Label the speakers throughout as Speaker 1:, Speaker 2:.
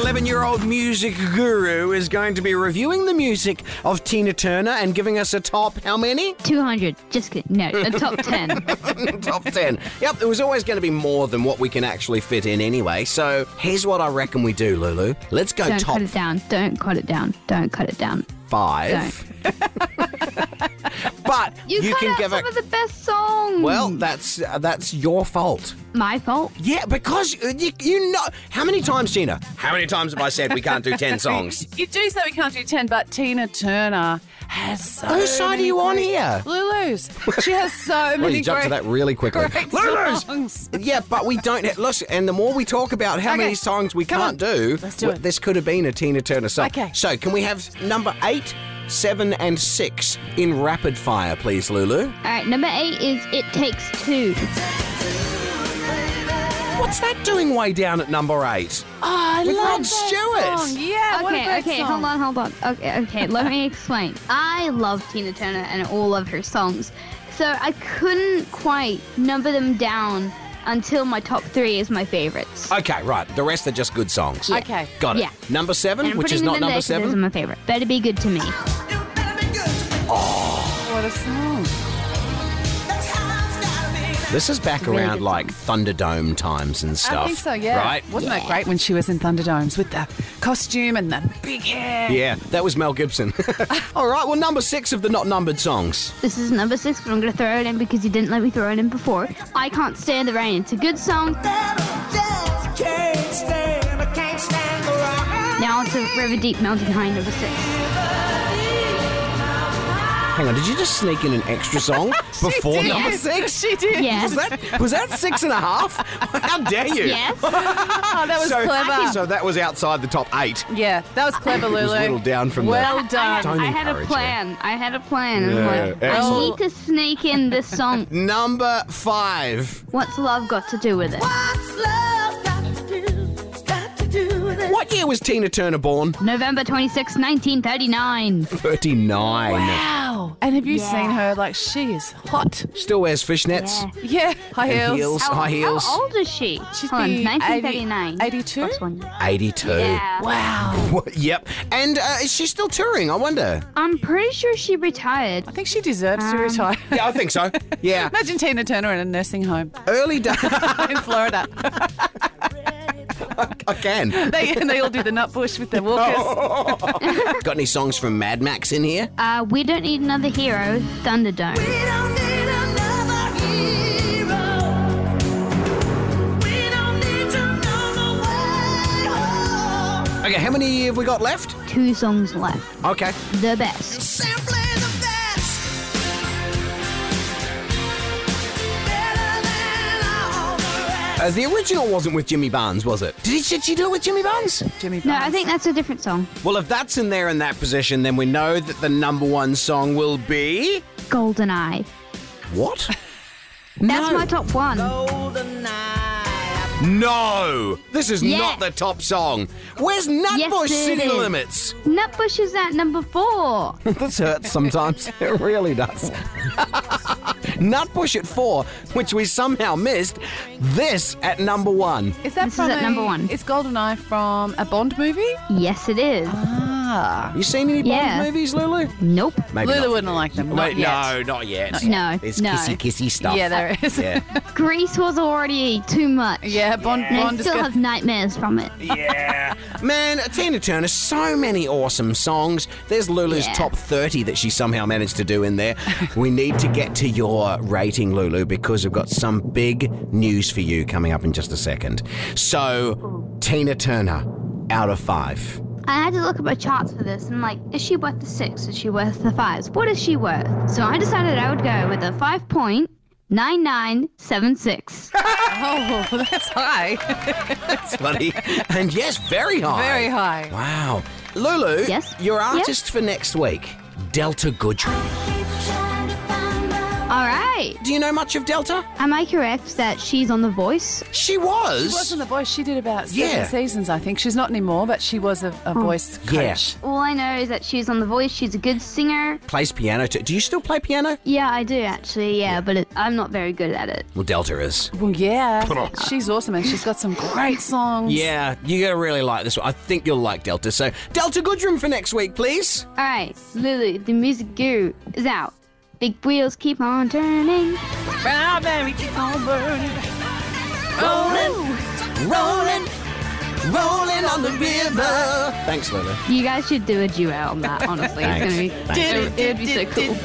Speaker 1: 11 year old music guru is going to be reviewing the music of Tina Turner and giving us a top how many?
Speaker 2: 200. Just kidding. No, a top 10.
Speaker 1: top 10. Yep, there was always going to be more than what we can actually fit in anyway. So here's what I reckon we do, Lulu. Let's go
Speaker 2: Don't
Speaker 1: top
Speaker 2: cut it down. Don't cut it down. Don't cut it down.
Speaker 1: five. but
Speaker 2: You,
Speaker 1: you,
Speaker 2: cut
Speaker 1: can
Speaker 2: out
Speaker 1: give
Speaker 2: some
Speaker 1: it.
Speaker 2: of the Mm. best songs.
Speaker 1: Well, that's uh, that's your fault.
Speaker 2: my fault.
Speaker 1: Yeah, because uh, you, you know how many times, Tina? How many times have I said we can't do ten songs?
Speaker 3: You do say we can't do 10, but Tina Turner has so
Speaker 1: Whose side
Speaker 3: many
Speaker 1: are you on
Speaker 3: great-
Speaker 1: here?
Speaker 3: Lulu's. She has so many
Speaker 1: Well, you jumped to
Speaker 3: great-
Speaker 1: that really quickly.
Speaker 3: great
Speaker 1: Lulus!
Speaker 3: songs.
Speaker 1: Yeah, but we don't. Look, and the more we talk about how
Speaker 3: Okay.
Speaker 1: many songs we
Speaker 3: Come
Speaker 1: can't
Speaker 3: on.
Speaker 1: do,
Speaker 3: Let's do
Speaker 1: well,
Speaker 3: it.
Speaker 1: this could have been a Tina Turner song.
Speaker 3: Okay.
Speaker 1: So, can we have number eight, seven, and six in rapid fire, please, Lulu?
Speaker 2: All right, number eight is It Takes Two.
Speaker 1: What's that doing way down at number eight?
Speaker 3: Oh, I
Speaker 1: With
Speaker 3: love
Speaker 1: Rod
Speaker 3: that
Speaker 1: Stewart.
Speaker 3: song. Yeah, what a
Speaker 2: okay,
Speaker 3: great
Speaker 2: okay,
Speaker 3: song.
Speaker 2: hold on, hold on. Okay, okay, let me explain. I love Tina Turner and all of her songs, so I couldn't quite number them down until my top three is my favorites.
Speaker 1: Okay, right. The rest are just good songs.
Speaker 3: Yeah. Okay.
Speaker 1: Got it.
Speaker 2: Yeah.
Speaker 1: Number seven,
Speaker 2: and I'm
Speaker 1: which
Speaker 2: putting
Speaker 1: is
Speaker 2: them
Speaker 1: not
Speaker 2: in there
Speaker 1: number
Speaker 2: 'cause those are
Speaker 1: seven.
Speaker 2: my favorite. Better be good to me.
Speaker 3: What a song.
Speaker 1: This is back
Speaker 2: really
Speaker 1: around
Speaker 2: good
Speaker 1: like Thunderdome times and stuff.
Speaker 3: I think so, yeah.
Speaker 1: Right?
Speaker 3: Wasn't that great when she was in Thunderdomes with the costume and the big hair?
Speaker 1: Yeah, that was Mel Gibson. All right, well, number six of the not numbered songs.
Speaker 2: This is number six, but I'm gonna throw it in because you didn't let me throw it in before. I can't stand the rain. It's a good song. Now it's a river deep mountain high number six.
Speaker 1: Hang on, did you just sneak in an extra song before
Speaker 3: did.
Speaker 1: number six?
Speaker 3: She did.
Speaker 2: Yes.
Speaker 1: Was that was that six and a half? How dare you?
Speaker 2: Yes.
Speaker 3: Oh, that was
Speaker 1: so,
Speaker 3: clever.
Speaker 1: So that was outside the top eight.
Speaker 3: Yeah, that was clever, Lulu.
Speaker 1: was whittled down from
Speaker 3: well
Speaker 1: there.
Speaker 3: done.
Speaker 1: Don't
Speaker 2: I had a
Speaker 1: encourage
Speaker 2: plan. I had a plan.
Speaker 1: Yeah,
Speaker 2: I'm like, I
Speaker 1: excellent.
Speaker 2: need to sneak in this song.
Speaker 1: Number five.
Speaker 2: What's love got to do with it?
Speaker 1: What year was Tina Turner born?
Speaker 2: November 26, 1939.
Speaker 1: Thirty-nine.
Speaker 3: Wow. And have you seen her? Like, she is hot.
Speaker 1: Still wears fishnets.
Speaker 2: Yeah.
Speaker 3: Yeah, high
Speaker 1: And
Speaker 3: heels.
Speaker 1: heels.
Speaker 2: How,
Speaker 1: High heels.
Speaker 2: how old is she?
Speaker 3: She'd
Speaker 2: Hold on,
Speaker 3: be
Speaker 2: 1939.
Speaker 3: 82?
Speaker 2: That's one year.
Speaker 1: Eighty-two.
Speaker 2: Yeah.
Speaker 3: Wow.
Speaker 1: What- yep. And uh, is she still touring? I wonder.
Speaker 2: I'm pretty sure she retired.
Speaker 3: I think she deserves
Speaker 2: Um,
Speaker 3: to retire.
Speaker 1: Yeah, I think so. Yeah.
Speaker 3: Imagine Tina Turner in a nursing home
Speaker 1: Early days.
Speaker 3: in Florida.
Speaker 1: I can.
Speaker 3: They, and they all do the nut bush with their walkers.
Speaker 1: Got any songs from Mad Max in here?
Speaker 2: Uh, we don't need another hero. Thunderdome.
Speaker 1: Okay, how many have we got left?
Speaker 2: Two songs left.
Speaker 1: Okay.
Speaker 2: The best.
Speaker 1: Uh, the original wasn't with Jimmy Barnes, was it? Did, he, did she do it with Jimmy Barnes?
Speaker 3: Jimmy
Speaker 2: No,
Speaker 3: Barnes.
Speaker 2: I think that's a different song.
Speaker 1: Well, if that's in there in that position, then we know that the number one song will be.
Speaker 2: Golden Eye.
Speaker 1: What?
Speaker 2: That's
Speaker 1: No.
Speaker 2: my top one.
Speaker 1: No! This is
Speaker 2: Yes.
Speaker 1: not the top song. Where's Nutbush
Speaker 2: Yes, it
Speaker 1: City
Speaker 2: is.
Speaker 1: Limits?
Speaker 2: Nutbush is at number four.
Speaker 1: this hurts sometimes. It really does. Nutbush at four, which we somehow missed. This at number one.
Speaker 3: Is that
Speaker 2: This is
Speaker 3: from
Speaker 2: at
Speaker 3: a-
Speaker 2: number one.
Speaker 3: Is Goldeneye from a Bond movie?
Speaker 2: yes, it is.
Speaker 3: Ah.
Speaker 1: You seen any Bond
Speaker 2: Yeah.
Speaker 1: movies, Lulu?
Speaker 2: Nope.
Speaker 1: Maybe
Speaker 3: Lulu
Speaker 1: not.
Speaker 3: wouldn't like them.
Speaker 1: Wait,
Speaker 3: Not yet.
Speaker 1: no, not yet.
Speaker 2: No,
Speaker 1: It's
Speaker 2: no.
Speaker 1: kissy kissy stuff.
Speaker 3: Yeah, there is. Yeah,
Speaker 1: Yeah.
Speaker 2: Greece was already too much.
Speaker 3: Bond.
Speaker 2: And I
Speaker 3: Bond is
Speaker 2: still
Speaker 3: good.
Speaker 2: have nightmares from it.
Speaker 1: yeah. Man, Tina Turner, so many awesome songs. There's Lulu's
Speaker 2: Yeah.
Speaker 1: top 30 that she somehow managed to do in there. we need to get to your rating, Lulu, because we've got some big news for you coming up in just a second. So, Tina Turner, out of five.
Speaker 2: I had to look at my charts for this and I'm like, is she worth the six? Is she worth the fives? What is she worth? So I decided I would go with a 5.9976.
Speaker 3: Oh, that's high.
Speaker 1: That's funny. and yes, very high.
Speaker 3: Very high.
Speaker 1: Wow. Lulu,
Speaker 2: Yes?
Speaker 1: your
Speaker 2: Yeah?
Speaker 1: artist for next week, Delta Goodrem.
Speaker 2: All right. right.
Speaker 1: Do you know much of Delta?
Speaker 2: Am I correct that she's on The Voice?
Speaker 1: She was.
Speaker 3: She was on The Voice. She did about seven
Speaker 1: Yeah.
Speaker 3: seasons, I think. She's not anymore, but she was a,
Speaker 2: Oh.
Speaker 3: a voice coach.
Speaker 1: Yeah.
Speaker 2: All I know is that she's on The Voice. She's a good singer.
Speaker 1: Plays piano. Too. Do you still play piano?
Speaker 2: Yeah, I do actually. Yeah, but it, I'm not very good at it.
Speaker 1: Well, Delta is.
Speaker 3: Well, yeah. She's awesome, and she's got some great songs.
Speaker 1: Yeah, you're going to really like this one. I think you'll like Delta. So, Delta Goodrum for next week, please.
Speaker 2: All right, Lulu, the music guru, is out. Big wheels keep on turning.
Speaker 3: Ah, baby, keep on burning.
Speaker 1: Rolling, rolling on the river. Thanks, Lulu.
Speaker 2: You guys should do a duet on that. Honestly, it's gonna be it, it would be so cool.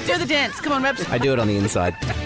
Speaker 3: Do the dance. Come on, Rebs.
Speaker 1: I do it on the inside.